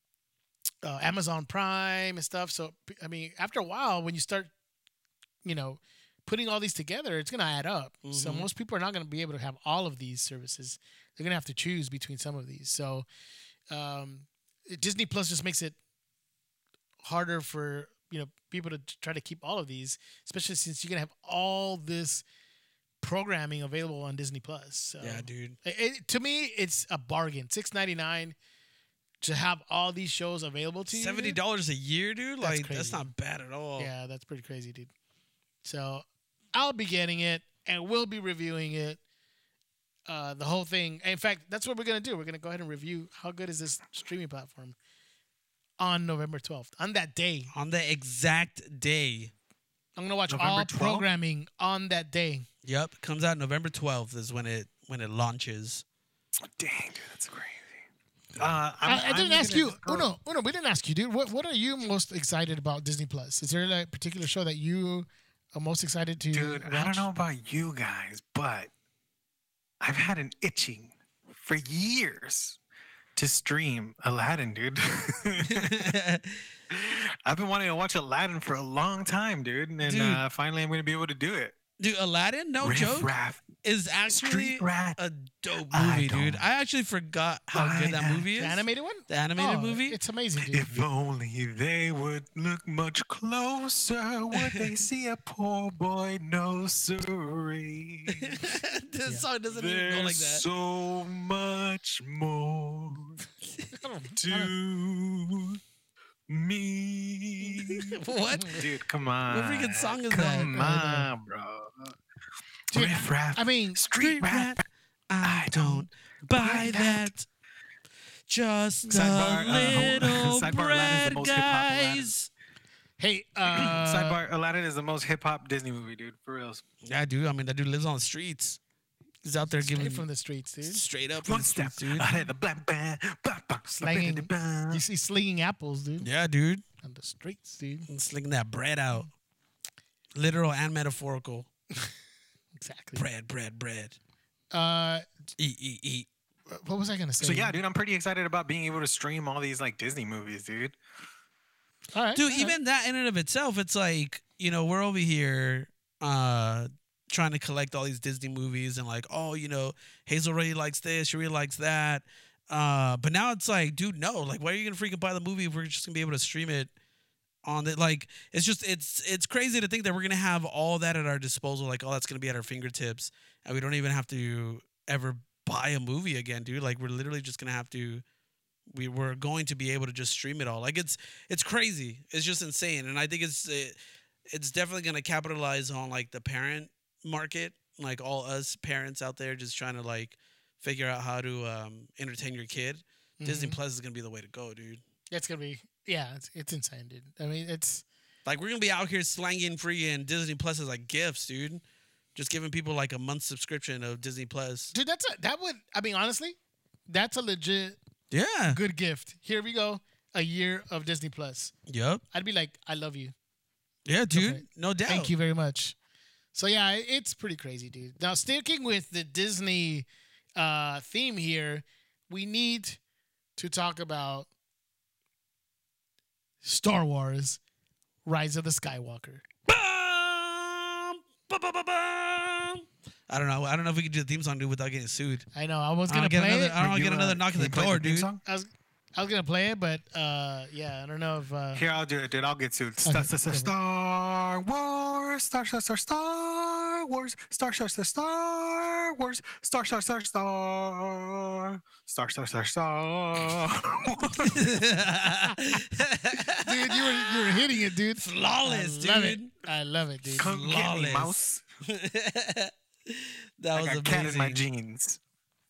Speaker 3: uh, Amazon Prime and stuff. So p- I mean, after a while, when you start, you know, putting all these together, it's gonna add up. So
Speaker 1: Mhm.
Speaker 3: most people are not gonna be able to have all of these services. They're gonna have to choose between some of these. So um, it- Disney Plus just makes it harder for you know people to t- try to keep all of these, especially since you're gonna have all this programming available on Disney Plus. So.
Speaker 1: yeah, dude.
Speaker 3: It- It, to me, it's a bargain. Six ninety nine to have all these shows available to you. dude?
Speaker 1: Seventy dollars a year, dude.
Speaker 3: That's
Speaker 1: Like that's
Speaker 3: crazy.
Speaker 1: not bad at
Speaker 2: Oh.
Speaker 1: all.
Speaker 3: Yeah, that's pretty crazy, dude. So I'll be getting it, and we'll be reviewing it. Uh, the whole thing. In fact, that's what we're gonna do. We're gonna go ahead and review how good is this streaming platform on November twelfth. On that day,
Speaker 1: On the exact day.
Speaker 3: I'm gonna watch
Speaker 2: November
Speaker 3: all
Speaker 2: 12th?
Speaker 3: programming on that day.
Speaker 1: Yep, comes out November twelfth is when it when it launches. <laughs>
Speaker 2: Dang, dude, that's crazy. Uh, I'm,
Speaker 3: I, I
Speaker 2: I'm
Speaker 3: didn't ask
Speaker 2: gonna
Speaker 3: you,
Speaker 2: go-
Speaker 3: Oh, Uno. Uno, we didn't ask you, dude. What What are you most excited about Disney Plus? Is there a particular show that you are most excited to?
Speaker 2: Dude, I
Speaker 3: watch?
Speaker 2: don't know about you guys, but I've had an itching for years to stream Aladdin,
Speaker 3: <laughs>
Speaker 2: dude. <laughs> I've been wanting to watch Aladdin for a long time, dude, and
Speaker 1: Dude.
Speaker 2: Uh, finally I'm going to be able to do it.
Speaker 1: Dude, Aladdin, no
Speaker 2: Riff
Speaker 1: joke,
Speaker 2: Raff,
Speaker 1: is actually
Speaker 2: Street Rat.
Speaker 1: a dope
Speaker 2: I
Speaker 1: movie, dude.
Speaker 2: don't-
Speaker 1: I actually forgot how
Speaker 2: I
Speaker 1: good that
Speaker 2: don't-
Speaker 1: movie
Speaker 3: the
Speaker 1: is.
Speaker 3: animated one.
Speaker 1: The animated
Speaker 3: Oh,
Speaker 1: movie.
Speaker 3: It's amazing, dude. <laughs>
Speaker 2: If only they would look much closer,
Speaker 1: <laughs>
Speaker 2: would they see a poor boy no sorry?
Speaker 1: this
Speaker 3: Yeah.
Speaker 1: song <laughs> doesn't even go
Speaker 2: There's
Speaker 1: like that.
Speaker 2: so much more
Speaker 3: I
Speaker 2: <laughs>
Speaker 3: don't- I
Speaker 2: to
Speaker 3: don't-
Speaker 1: <laughs>
Speaker 2: me.
Speaker 1: <laughs> what?
Speaker 2: Dude, come on.
Speaker 1: freaking song is
Speaker 2: come
Speaker 1: that?
Speaker 2: Come
Speaker 3: I
Speaker 2: on, bro.
Speaker 3: Dude,
Speaker 2: Riff raff,
Speaker 3: I mean,
Speaker 2: street rap.
Speaker 1: I don't buy
Speaker 2: buy
Speaker 1: that. Just
Speaker 2: Sidebar,
Speaker 1: a
Speaker 2: uh, <laughs>
Speaker 1: little
Speaker 2: sidebar, Aladdin
Speaker 1: bread,
Speaker 2: is the most hip hop Aladdin.
Speaker 1: guys.
Speaker 3: <clears throat> hey, uh,
Speaker 2: Sidebar: Aladdin is the most hip hop Disney movie, dude. For reals.
Speaker 1: Yeah, dude. I mean, that dude lives on the streets. He's out there giving
Speaker 3: straight from the streets, dude.
Speaker 1: straight up
Speaker 2: One
Speaker 1: on the
Speaker 2: step.
Speaker 1: streets, dude.
Speaker 2: I <laughs> had the black band. ba- ba-
Speaker 3: Slanging.
Speaker 2: ba- ba-
Speaker 3: You see, slinging apples, dude,
Speaker 1: Yeah, dude.
Speaker 3: on the streets, dude.
Speaker 1: He's slinging that bread out, literal and metaphorical.
Speaker 3: Exactly.
Speaker 1: Bread, bread, bread.
Speaker 3: Uh,
Speaker 1: Eat, eat, eat.
Speaker 3: what was I gonna say?
Speaker 2: So yeah, dude, I'm pretty excited about being able to stream all these like Disney movies, dude.
Speaker 3: All right,
Speaker 1: dude
Speaker 3: all right.
Speaker 1: even that in and of itself it's like you know we're over here uh trying to collect all these disney movies and like oh you know hazel really likes this she really likes that uh but now it's like dude no like why are you gonna freaking buy the movie if we're just gonna be able to stream it on it like it's just it's it's crazy to think that we're gonna have all that at our disposal like all that's gonna be at our fingertips and we don't even have to ever buy a movie again dude like we're literally just gonna have to we were going to be able to just stream it all like it's it's crazy. It's just insane, and I think it's uh it's definitely gonna capitalize on like the parent market, like all us parents out there just trying to like figure out how to um, entertain your kid. Disney
Speaker 3: Mhm.
Speaker 1: Plus is gonna be the way to go, dude.
Speaker 3: Mm-hmm. That's gonna be yeah. It's, it's insane, dude. I mean, it's
Speaker 1: Like we're gonna be out here slanging free and Disney Plus is like gifts, dude. Just giving people like a month subscription of Disney Plus.
Speaker 3: dude. That's a that would. I mean, honestly, that's a legit
Speaker 1: Yeah.
Speaker 3: good gift. Here we go. A year of Disney Plus.
Speaker 1: Yep.
Speaker 3: I'd be like, I love you.
Speaker 1: Yeah, dude.
Speaker 3: Okay.
Speaker 1: No doubt.
Speaker 3: Thank you very much. So yeah, it- it's pretty crazy, dude. Now sticking with the Disney uh, theme here, we need to talk about Star Wars: Rise of the Skywalker.
Speaker 1: Bum, bum, bum, bum, bum. I don't know. I don't know if we can do the theme song, dude, without getting sued.
Speaker 3: I know I was
Speaker 1: I
Speaker 3: gonna
Speaker 1: don't get
Speaker 3: play
Speaker 1: another.
Speaker 3: it.
Speaker 1: I don't
Speaker 2: You,
Speaker 1: get
Speaker 2: uh,
Speaker 1: another knock
Speaker 2: can
Speaker 1: at the
Speaker 2: you play
Speaker 1: door,
Speaker 2: theme
Speaker 1: dude.
Speaker 2: song?
Speaker 3: I was I was gonna play it, but uh, yeah, I don't know if
Speaker 1: <laughs>
Speaker 3: uh,
Speaker 2: Here, I'll do it, dude. I'll get sued. Star,
Speaker 3: Okay,
Speaker 2: star, star,
Speaker 3: perfect.
Speaker 2: Star Wars, Star, Star, Star, Star Wars, Star, Star, Star, Star Wars, Star, Star, Star, Star, Star, Star, Star, Star. <laughs> Wars.
Speaker 3: dude, you were you were hitting it, dude.
Speaker 1: Flawless,
Speaker 3: I love
Speaker 1: dude.
Speaker 3: It. I love it, dude.
Speaker 2: Come get me,
Speaker 1: Flawless.
Speaker 2: mouse.
Speaker 1: <laughs> that
Speaker 2: I
Speaker 1: was
Speaker 2: got a
Speaker 1: amazing.
Speaker 2: cat in my jeans.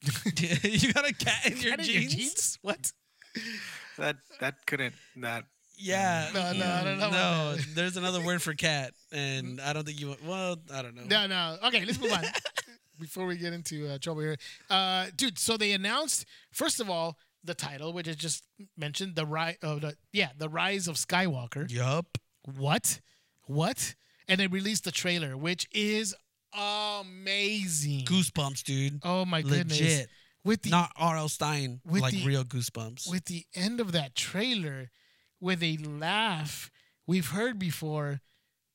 Speaker 1: <laughs> you got a cat in your,
Speaker 3: Cat in
Speaker 1: jeans?
Speaker 3: What?
Speaker 2: That that couldn't that.
Speaker 1: Yeah.
Speaker 3: No, no, I don't
Speaker 1: No,
Speaker 3: know about that. <laughs>
Speaker 1: therewa- there's another word for cat, and I don't think you. Well, I don't know.
Speaker 3: No, no. Okay, let's move on. Before we get into uh, trouble here, uh, dude. So they announced first of all the title, which is just mentioned, the rise of the yeah, the rise of Skywalker.
Speaker 1: Yup.
Speaker 3: What? What? And they released the trailer, which is amazing.
Speaker 1: Goosebumps, dude.
Speaker 3: Oh my goodness!
Speaker 1: Legit.
Speaker 3: With the
Speaker 1: Not R.L. Stein.
Speaker 3: with
Speaker 1: Like
Speaker 3: the-
Speaker 1: real goosebumps.
Speaker 3: with the end of that trailer, with a laugh we've heard before,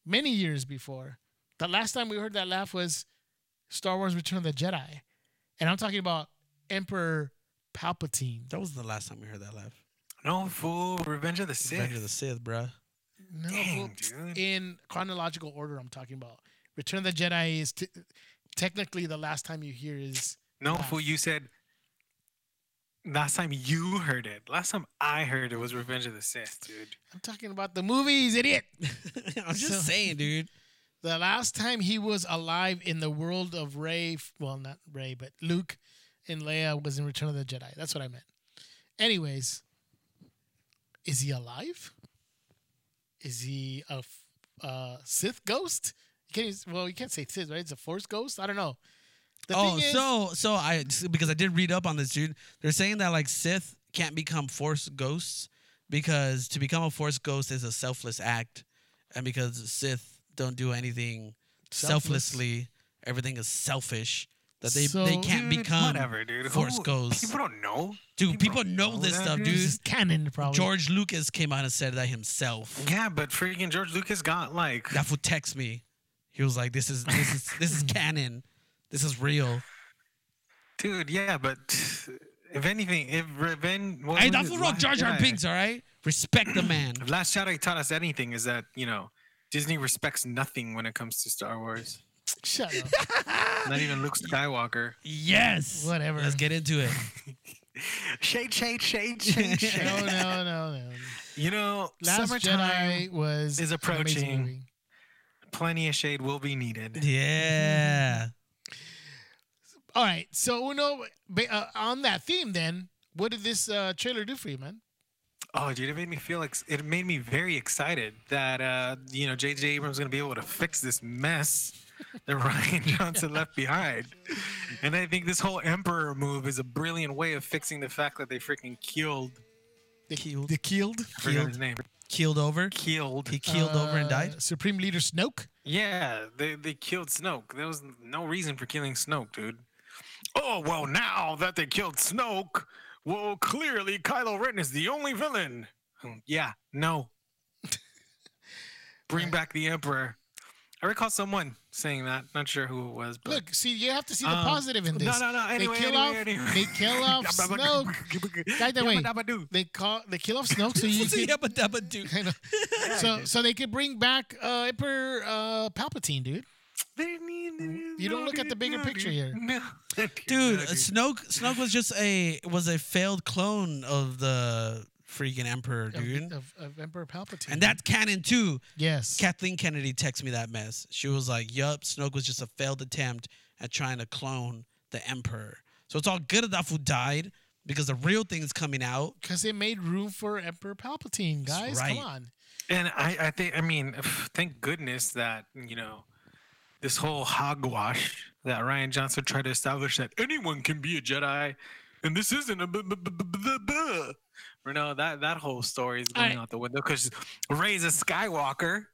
Speaker 3: many years before. The last time we heard that laugh was Star Wars Return of the Jedi. And I'm talking about Emperor Palpatine.
Speaker 1: That was the last time we heard that laugh.
Speaker 2: No fool, Revenge of the
Speaker 1: Revenge of
Speaker 2: Sith.
Speaker 1: the Sith, bruh. <laughs>
Speaker 3: No,
Speaker 2: Dang,
Speaker 3: well,
Speaker 2: dude.
Speaker 3: in chronological order, I'm talking about Return of the Jedi is t- technically the last time you hear is
Speaker 2: No fool, you said last time you heard it. Last time I heard it was Revenge of the Sith, dude.
Speaker 3: I'm talking about the movies, idiot.
Speaker 1: I'm just
Speaker 3: So-
Speaker 1: saying, dude.
Speaker 3: The last time he was alive in the world of Ray, well, not Ray, but Luke and Leia was in Return of the Jedi. That's what I meant. Anyways, is he alive? Is he a f- uh, Sith ghost? You can't, use- well, you can't say Sith, right? It's a Force ghost. I don't know. The
Speaker 1: oh,
Speaker 3: thing is-
Speaker 1: so so I because I did read up on this, dude. They're saying that like Sith can't become Force ghosts because to become a Force ghost is a selfless act, and because Sith don't do anything
Speaker 3: Selfless.
Speaker 1: selflessly, everything is selfish. That they they
Speaker 3: So-
Speaker 1: can't
Speaker 2: Dude,
Speaker 1: become
Speaker 2: whatever, dude.
Speaker 1: Force
Speaker 2: Who-
Speaker 1: ghosts.
Speaker 2: People don't know.
Speaker 1: dude. People,
Speaker 2: people
Speaker 1: know,
Speaker 2: know
Speaker 1: this
Speaker 2: that,
Speaker 1: stuff,
Speaker 2: dude.
Speaker 1: dude.
Speaker 3: This is canon, probably.
Speaker 1: George Lucas came out and said that himself.
Speaker 2: Yeah, but freaking George Lucas got like
Speaker 1: That fool text me. He was like, "This is this is this
Speaker 3: <laughs>
Speaker 1: is canon. This is real."
Speaker 2: Dude, yeah, but if anything, if Reven, what
Speaker 1: Hey,
Speaker 2: was
Speaker 1: that
Speaker 2: it?
Speaker 1: fool wrote
Speaker 2: Last
Speaker 1: Jar Jar
Speaker 2: Jedi.
Speaker 1: Binks. All right, respect the man.
Speaker 2: If Last Jedi taught us anything, is that you know Disney respects nothing when it comes to Star Wars.
Speaker 3: <laughs> Shut up.
Speaker 2: Not
Speaker 1: <laughs>
Speaker 2: even Luke Skywalker.
Speaker 1: Yes.
Speaker 3: Whatever.
Speaker 1: Let's get into it.
Speaker 2: Shade,
Speaker 1: <laughs>
Speaker 2: shade, shade, shade,
Speaker 3: <laughs> no,
Speaker 2: shade.
Speaker 3: no, no, no.
Speaker 2: you know,
Speaker 3: Last
Speaker 2: summertime,
Speaker 3: Jedi was
Speaker 2: is
Speaker 3: an amazing
Speaker 2: approaching.
Speaker 3: movie.
Speaker 2: plenty of shade will be needed.
Speaker 1: Yeah.
Speaker 3: All right, so you know, ba- uh, on that theme, then, what did this uh, trailer do for you, man?
Speaker 2: Oh, dude, it made me feel like it made me very excited that uh, you know J.J. Abrams is gonna be able to fix this mess that <laughs> Ryan Johnson left behind, and I think this whole Emperor move is a brilliant way of fixing the fact that they freaking killed.
Speaker 3: The
Speaker 1: Keeled.
Speaker 3: The Keeled.
Speaker 2: I forgot
Speaker 1: Killed.
Speaker 2: his name.
Speaker 1: Keeled over.
Speaker 3: <laughs>
Speaker 2: Killed.
Speaker 1: He keeled over and died.
Speaker 3: Uh, Supreme Leader Snoke.
Speaker 2: Yeah, they they killed Snoke. There was no reason for killing Snoke, dude. Oh well, now that they killed Snoke, well clearly Kylo Ren is the only villain. Hmm, Yeah,
Speaker 3: <laughs>
Speaker 2: no. Bring back the Emperor. I recall someone saying that. Not sure who it was, but
Speaker 3: Look, see, you have to see the
Speaker 2: Um,
Speaker 3: positive in this.
Speaker 2: no, no, no. Anyway,
Speaker 3: they kill
Speaker 2: anyway,
Speaker 3: off.
Speaker 2: anyway.
Speaker 3: They
Speaker 2: <laughs>
Speaker 3: kill off Snoke. Guy that way.
Speaker 2: Yabba-dabba-doo.
Speaker 3: They call. They kill off
Speaker 1: <laughs>
Speaker 3: Snoke. So you.
Speaker 1: It's a
Speaker 3: <laughs> could,
Speaker 1: yabba dabba doo.
Speaker 3: I know. so so they could bring back uh, Emperor uh, Palpatine, dude.
Speaker 2: They need-
Speaker 3: You don't
Speaker 2: no,
Speaker 3: look at the
Speaker 2: dude,
Speaker 3: bigger
Speaker 2: no,
Speaker 3: picture
Speaker 2: dude.
Speaker 3: here.
Speaker 2: <laughs> No,
Speaker 1: <laughs> Dude,
Speaker 2: no,
Speaker 1: uh, Snoke Snoke was just a was a failed clone of the freaking Emperor,
Speaker 3: Of,
Speaker 1: dude.
Speaker 3: of, of Emperor Palpatine.
Speaker 1: And that's canon too.
Speaker 3: yes.
Speaker 1: Kathleen Kennedy texted me that mess. She was like, Yup, Snoke was just a failed attempt at trying to clone the Emperor. So it's all good that that fool died because the real thing's coming out. <laughs>
Speaker 3: Because they made room for Emperor Palpatine,
Speaker 1: That's
Speaker 3: guys.
Speaker 1: right.
Speaker 3: Come on.
Speaker 2: And I, I think, I mean, thank goodness that you know this whole hogwash that Ryan Johnson tried to establish that anyone can be a Jedi, and this isn't a. bu- bu- bu- bu- bu- bu- bu. You know that that whole story is
Speaker 3: All
Speaker 2: going
Speaker 3: right.
Speaker 2: out the window because Ray's a Skywalker.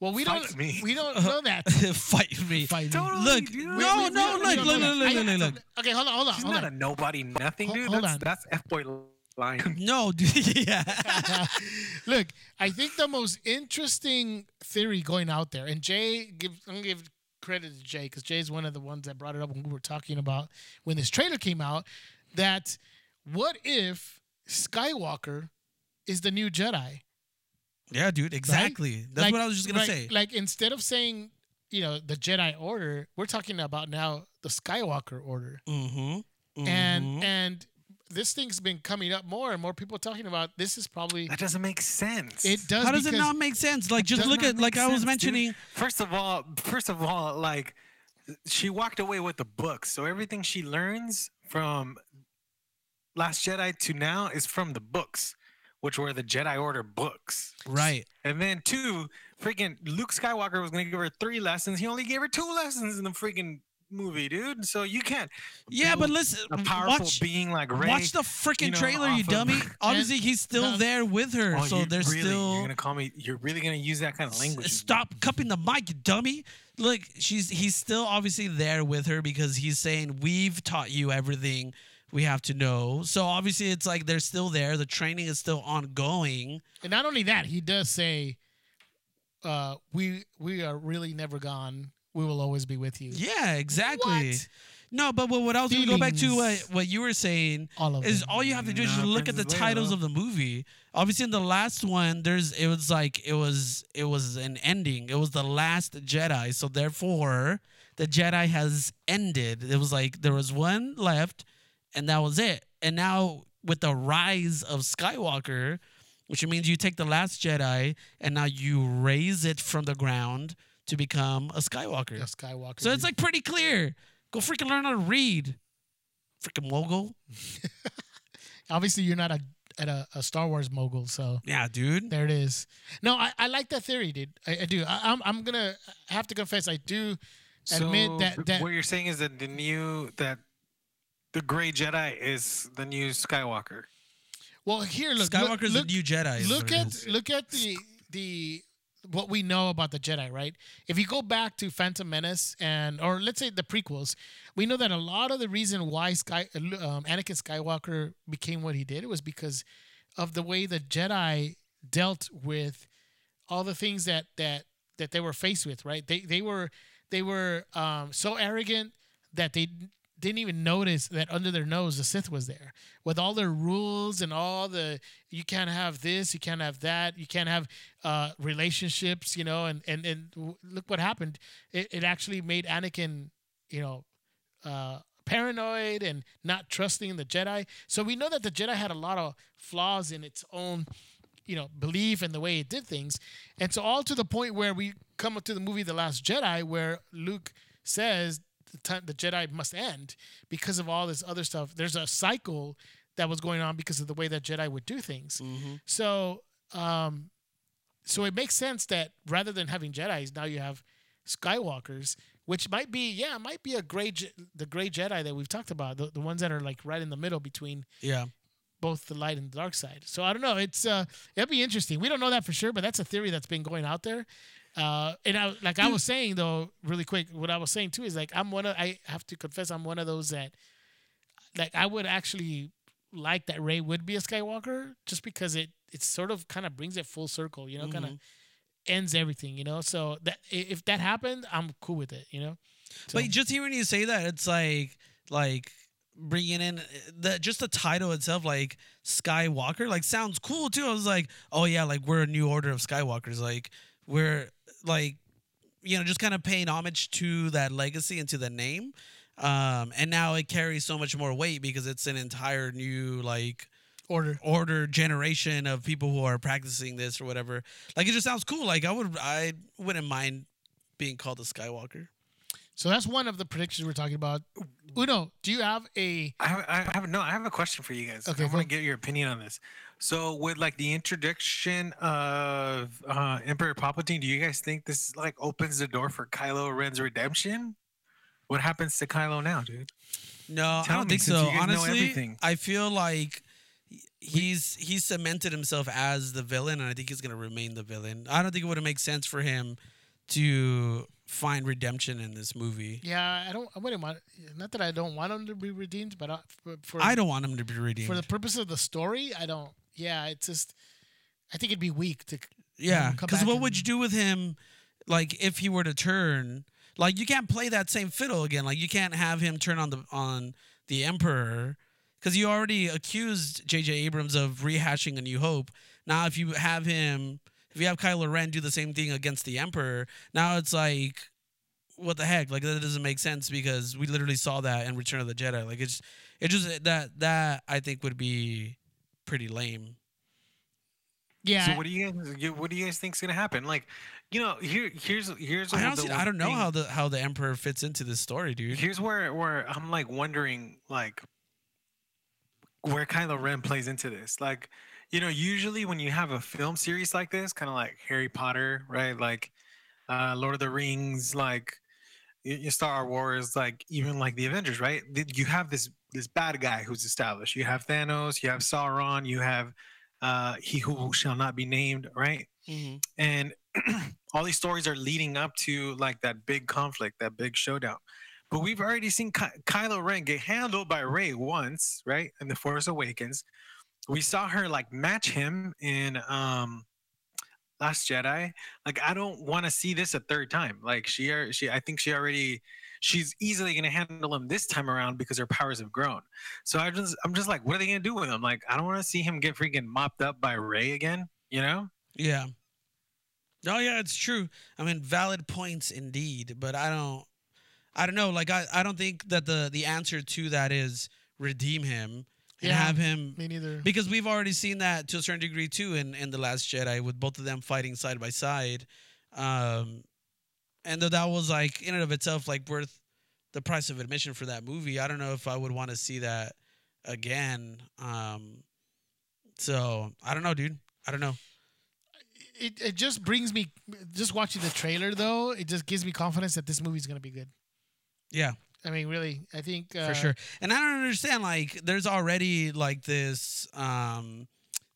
Speaker 3: Well, we
Speaker 2: Fight
Speaker 3: don't.
Speaker 2: me.
Speaker 1: <laughs>
Speaker 3: We don't know that.
Speaker 1: Fight me.
Speaker 3: Fight me.
Speaker 2: Totally,
Speaker 1: Look,
Speaker 2: dude.
Speaker 1: no,
Speaker 2: We- we-
Speaker 1: no,
Speaker 2: we
Speaker 1: look,
Speaker 2: don't
Speaker 1: look,
Speaker 2: know
Speaker 1: look, look,
Speaker 2: that.
Speaker 1: look, look, look.
Speaker 3: Okay, hold on, hold on,
Speaker 2: She's
Speaker 3: hold
Speaker 2: not
Speaker 3: on.
Speaker 2: a nobody, nothing,
Speaker 3: Ho-
Speaker 2: dude.
Speaker 3: hold
Speaker 2: That's
Speaker 3: on.
Speaker 2: that's f boy line.
Speaker 1: No, <laughs> dude.
Speaker 2: <laughs>
Speaker 1: yeah.
Speaker 3: <laughs> Look, I think the most interesting theory going out there, and Jay, give, I'm gonna give credit to Jay because Jay's one of the ones that brought it up when we were talking about when this trailer came out. That what if Skywalker is the new Jedi?
Speaker 1: Yeah, dude, exactly. That's
Speaker 3: Like-
Speaker 1: what I was just gonna
Speaker 3: like-
Speaker 1: say.
Speaker 3: Like instead of saying, you know, the Jedi Order, we're talking about now the Skywalker Order.
Speaker 1: mm-hmm.
Speaker 3: and and this thing's been coming up more and more people talking about this is probably
Speaker 2: That doesn't make sense.
Speaker 3: it does
Speaker 1: how does it
Speaker 3: because-
Speaker 1: not make sense? Like, just
Speaker 2: does
Speaker 1: look
Speaker 2: not
Speaker 1: at like
Speaker 2: make
Speaker 1: I was
Speaker 2: sense, dude.
Speaker 1: mentioning.
Speaker 2: First of all, first of all, like she walked away with the books, so everything she learns from Last Jedi to now is from the books, which were the Jedi Order books.
Speaker 1: Right.
Speaker 2: And then two, freaking Luke Skywalker was gonna give her three lessons. He only gave her two lessons in the freaking movie, dude. So you can't.
Speaker 1: Yeah, but
Speaker 2: build
Speaker 1: listen,
Speaker 2: a powerful
Speaker 1: watch,
Speaker 2: being like Ray.
Speaker 1: watch the freaking
Speaker 2: you know,
Speaker 1: trailer, you
Speaker 2: off of- <laughs>
Speaker 1: dummy. Obviously, he's still
Speaker 3: No.
Speaker 1: there with her,
Speaker 2: Oh,
Speaker 1: so
Speaker 2: you
Speaker 1: they're
Speaker 2: really, You're
Speaker 1: still.
Speaker 2: gonna call me. You're really gonna use that kind of language.
Speaker 1: S- Stop cupping the mic, you dummy. Look, she's he's still obviously there with her because he's saying, We've taught you everything. we have to know. So obviously, it's like they're still there. The training is still ongoing.
Speaker 3: And not only that, he does say, uh, "We we are really never gone. We will always be with you."
Speaker 1: Yeah, exactly.
Speaker 3: What?
Speaker 1: No, but what, what I was going to go back to what,
Speaker 3: Feelings.
Speaker 1: what you were saying
Speaker 3: All of
Speaker 1: is
Speaker 3: them.
Speaker 1: all you have to do is just
Speaker 2: Nothing's
Speaker 1: look at the
Speaker 2: there,
Speaker 1: titles
Speaker 2: though.
Speaker 1: of the movie. Obviously, in the last one, there's it was like it was it was an ending. It was the last Jedi, so therefore the Jedi has ended. It was like there was one left, and that was it. And now with the rise of Skywalker, which means you take the last Jedi and now you raise it from the ground to become a Skywalker.
Speaker 3: Yeah, Skywalker.
Speaker 1: So it's like pretty clear. Go freaking learn how to read. Freaking mogul.
Speaker 3: obviously you're not a at a, a Star Wars mogul, so
Speaker 1: Yeah, dude.
Speaker 3: there it is. No, I, I like that theory, dude. I, I do. I, I'm I'm gonna have to confess, I do. Admit that-
Speaker 2: th-
Speaker 3: that-
Speaker 2: what you're saying is that the new that the gray Jedi is the new Skywalker.
Speaker 3: Well, here look, look,
Speaker 1: Skywalker's
Speaker 3: look,
Speaker 1: the new Jedi. is
Speaker 3: look
Speaker 1: what it
Speaker 3: at
Speaker 1: is.
Speaker 3: look at the the what we know about the Jedi, right? If you go back to Phantom Menace and or let's say the prequels, we know that a lot of the reason why Sky um, Anakin Skywalker became what he did was because of the way the Jedi dealt with all the things that that that they were faced with, right? They they were they were um, so arrogant that they didn't even notice that under their nose the Sith was there with all their rules and all the you can't have this, you can't have that, you can't have uh, relationships, you know, and and and w- look what happened. It, it actually made Anakin, you know, uh, paranoid and not trusting the Jedi. So we know that the Jedi had a lot of flaws in its own, you know, belief and the way it did things. And so all to the point where we come up to the movie The Last Jedi, where Luke says the, time, the Jedi must end because of all this other stuff. There's a cycle that was going on because of the way that Jedi would do things. So, um, so it makes sense that rather than having Jedi's, now you have Skywalkers, which might be yeah, it might be a gray Je- the gray Jedi that we've talked about, the, the ones that are like right in the middle between
Speaker 1: yeah.
Speaker 3: both the light and the dark side. So I don't know. It's uh, it'll be interesting. We don't know that for sure, but that's a theory that's been going out there. Uh, and I like
Speaker 1: Hmm.
Speaker 3: I was saying though, really quick, what I was saying too is like I'm one of I have to confess I'm one of those that like I would actually like that Ray would be a Skywalker just because it it sort of kind of brings it full circle, you know,
Speaker 1: Mm-hmm.
Speaker 3: kind of ends everything, you know. So that i- if that happened, I'm cool with it, you know. So-
Speaker 1: But just hearing you say that, it's like like bringing in the just the title itself, like Skywalker, like sounds cool too. I was like, oh yeah, like we're a new order of Skywalkers, like we're like you know just kind of paying homage to that legacy and to the name. Um, and now it carries so much more weight because it's an entire new like
Speaker 3: Order.
Speaker 1: order generation of people who are practicing this or whatever. Like it just sounds cool. Like I would I wouldn't mind being called a Skywalker.
Speaker 3: So that's one of the predictions we're talking about.
Speaker 1: Oh,
Speaker 3: Uno, do you have a
Speaker 2: I have, I have no. I have a question for you guys.
Speaker 3: Okay,
Speaker 2: I
Speaker 3: go.
Speaker 2: want to get your opinion on this. So, with like the introduction of uh, Emperor Palpatine, do you guys think this like opens the door for Kylo Ren's redemption? What happens to Kylo now, dude?
Speaker 1: No, I
Speaker 2: Tell
Speaker 1: don't
Speaker 2: me,
Speaker 1: think
Speaker 2: since
Speaker 1: so.
Speaker 2: you guys know
Speaker 1: Honestly,
Speaker 2: everything.
Speaker 1: I feel like he's he's cemented himself as the villain, and I think he's gonna remain the villain. I don't think it would make sense for him to find redemption in this movie.
Speaker 3: Yeah, I don't. I wouldn't want. Not that I don't want him to be redeemed, but I, for, for
Speaker 1: I don't want him to be redeemed.
Speaker 3: for the purpose of the story, I don't. Yeah, it's just. I think it'd be weak to.
Speaker 1: Yeah,
Speaker 3: Mm, come
Speaker 1: because
Speaker 3: back
Speaker 1: what would
Speaker 3: and-
Speaker 1: you do with him? Like if he were to turn, like you can't play that same fiddle again. Like you can't have him turn on the on the emperor because you already accused J.J. Abrams of rehashing A New Hope. Now if you have him, if you have Kylo Ren do the same thing against the emperor, now it's like. What the heck? Like that doesn't make sense because we literally saw that in Return of the Jedi. Like it's, it just that that I think would be pretty lame.
Speaker 3: Yeah,
Speaker 2: So, what do you guys? you- What do you guys think's gonna happen? Like, you know, here, here's, here's.
Speaker 1: I
Speaker 2: the
Speaker 1: honestly, I
Speaker 2: one
Speaker 1: don't know
Speaker 2: thing-
Speaker 1: how the how the emperor fits into this story,
Speaker 2: <laughs>
Speaker 1: dude.
Speaker 2: Here's where where I'm like wondering like where Kylo Ren plays into this. Like, you know, usually when you have a film series like this, kind of like Harry Potter, right? Like uh Lord of the Rings, like y- y- Star Wars, like even like the Avengers, right? Th- You have this this bad guy who's established. You have Thanos, you have Sauron, you have uh he who shall not be named, right? <clears throat> and all these stories are leading up to like that big conflict that big showdown But we've already seen Ky- Kylo Ren get handled by Rey once, right? In The Force Awakens. We saw her like match him in um Last Jedi. Like I don't want to see this a third time. Like she al- she I think she already she's easily going to handle him this time around because her powers have grown. So I just I'm just like what are they going to do with him? Like I don't want to see him get freaking mopped up by Rey again, you know?
Speaker 1: Yeah. Oh yeah, it's true. I mean, valid points indeed, but I don't I don't know, like I, I don't think that the the answer to that is redeem him and
Speaker 3: Yeah.
Speaker 1: have him
Speaker 3: Me neither.
Speaker 1: because we've already seen that to a certain degree too in in the last Jedi with both of them fighting side by side. Um and though that was like in and of itself like worth the price of admission for that movie, I don't know if I would want to see that again. Um so, I don't know, dude. I don't know.
Speaker 3: It, it just brings me just watching the trailer though. It just gives me confidence that this movie's gonna be good.
Speaker 1: Yeah.
Speaker 3: I mean, really, I think uh,
Speaker 1: for sure. And I don't understand. Like, there's already like this. Um,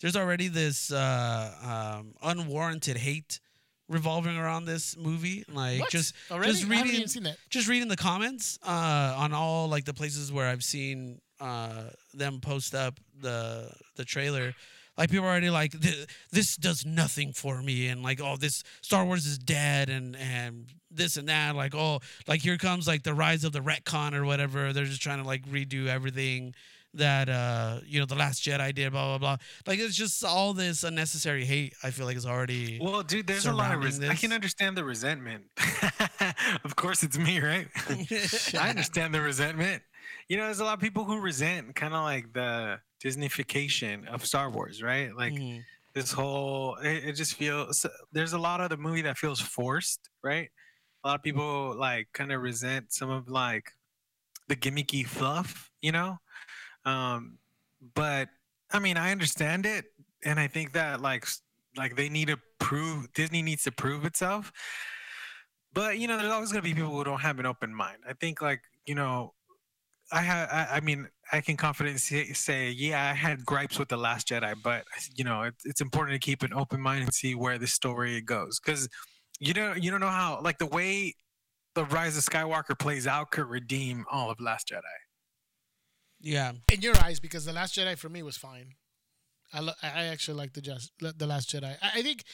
Speaker 1: there's already this uh, um, unwarranted hate revolving around this movie. Like,
Speaker 3: What?
Speaker 1: just
Speaker 3: Already?
Speaker 1: just
Speaker 3: I haven't
Speaker 1: reading-
Speaker 3: even seen that.
Speaker 1: just reading the comments uh, on all like the places where I've seen uh, them post up the the trailer. Like people are already like "Th- this does nothing for me, and like oh this Star Wars is dead, and and this and that. Like oh like here comes like the rise of the retcon or whatever. They're just trying to like redo everything that uh you know the last Jedi did. Blah blah blah. Like it's just all this unnecessary hate. I feel like is already
Speaker 2: Well, dude, there's a lot of res-
Speaker 1: surrounding
Speaker 2: I
Speaker 1: this.
Speaker 2: can understand the resentment. <laughs> of course, it's
Speaker 1: <laughs>
Speaker 2: me, right?
Speaker 1: Oh,
Speaker 2: I understand the resentment. You know, there's a lot of people who resent kind of like the Disneyfication of Star Wars, right? Like
Speaker 1: Mhm.
Speaker 2: this whole, it, it just feels. There's a lot of the movie that feels forced, right? A lot of people like kind of resent some of like the gimmicky fluff, you know. Um, but I mean, I understand it, and I think that like s- like they need to prove Disney needs to prove itself. But you know, there's always gonna be people who don't have an open mind. I think like you know, I have. I, I mean, I can confidently say, say, yeah, I had gripes with the Last Jedi, but you know, it, it's important to keep an open mind and see where the story goes because you know you don't know how like the way the Rise of Skywalker plays out could redeem all of Last Jedi.
Speaker 1: yeah.
Speaker 3: in your eyes because the Last Jedi for me was fine. I lo- I I actually like the just the Last Jedi. I, I think,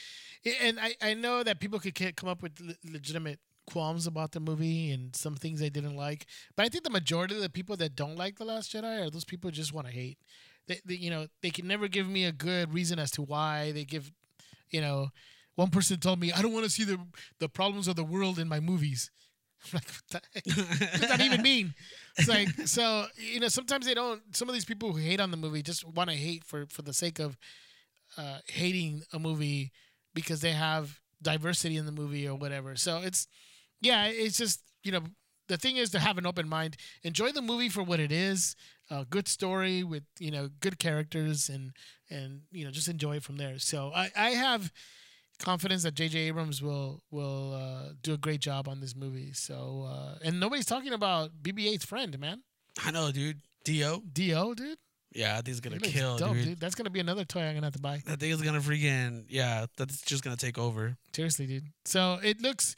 Speaker 3: and I I know that people could ca- come up with le- legitimate qualms about the movie and some things they didn't like, but I think the majority of the people that don't like the Last Jedi are those people who just want to hate. They, they you know they can never give me a good reason as to why they give, you know. One person told me, "I don't want to see the the problems of the world in my movies." <laughs> I'm like, what the heck? What does that even mean? It's like so you know sometimes they don't. Some of these people who hate on the movie just want to hate for for the sake of uh, hating a movie because they have diversity in the movie or whatever. So it's yeah, it's just you know the thing is to have an open mind, enjoy the movie for what it is. A good story with you know good characters and and you know just enjoy it from there. So I I have confidence that J.J. Abrams will will uh, do a great job on this movie. So uh, and nobody's talking about BB-8's friend, man.
Speaker 1: <laughs> I know, dude. Do
Speaker 3: Do dude,
Speaker 1: yeah, I think it's
Speaker 3: He
Speaker 1: gonna
Speaker 3: looks
Speaker 1: kill,
Speaker 3: dope,
Speaker 1: dude.
Speaker 3: That's gonna be another toy I'm gonna have to buy. <laughs>
Speaker 1: That thing is gonna freaking yeah. That's just gonna take over.
Speaker 3: Seriously, dude. So it looks.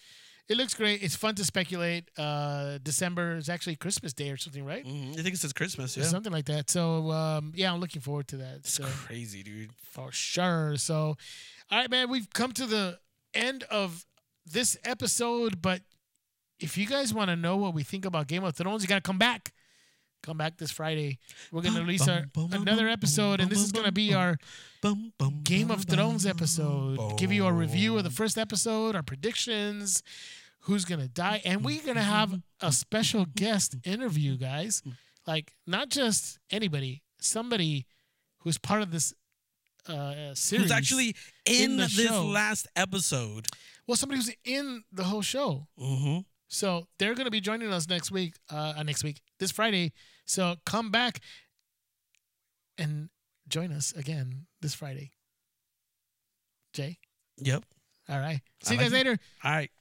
Speaker 3: It looks great. It's fun to speculate. Uh, December is actually Christmas Day or something, right?
Speaker 1: Mhm. I think it's says Christmas.
Speaker 3: Or
Speaker 1: Yeah,
Speaker 3: Something like that. So um, yeah, I'm looking forward to that.
Speaker 1: it's
Speaker 3: So
Speaker 1: crazy, dude.
Speaker 3: for sure. So, all right, man, we've come to the end of this episode, but if you guys want to know what we think about Game of Thrones, you got to come back. Come back this Friday. We're going to release our, another episode, and this is going to be our
Speaker 1: Bum, bum,
Speaker 3: Game of
Speaker 1: bum,
Speaker 3: Thrones
Speaker 1: bum,
Speaker 3: episode.
Speaker 1: bum.
Speaker 3: Give you a review
Speaker 1: Oh.
Speaker 3: of the first episode, our predictions, who's gonna die, and we're gonna have a special guest interview, guys. Like not just anybody, somebody who's part of this uh, series.
Speaker 1: Who's actually in,
Speaker 3: in the
Speaker 1: this
Speaker 3: show.
Speaker 1: last episode?
Speaker 3: well, somebody who's in the whole show.
Speaker 1: Mm-hmm.
Speaker 3: So they're gonna be joining us next week. Uh, uh, next week, this Friday. So come back and join us again this Friday. Jay.
Speaker 1: Yep.
Speaker 3: All right. See
Speaker 1: I
Speaker 3: you guys
Speaker 1: like
Speaker 3: later.
Speaker 1: All right.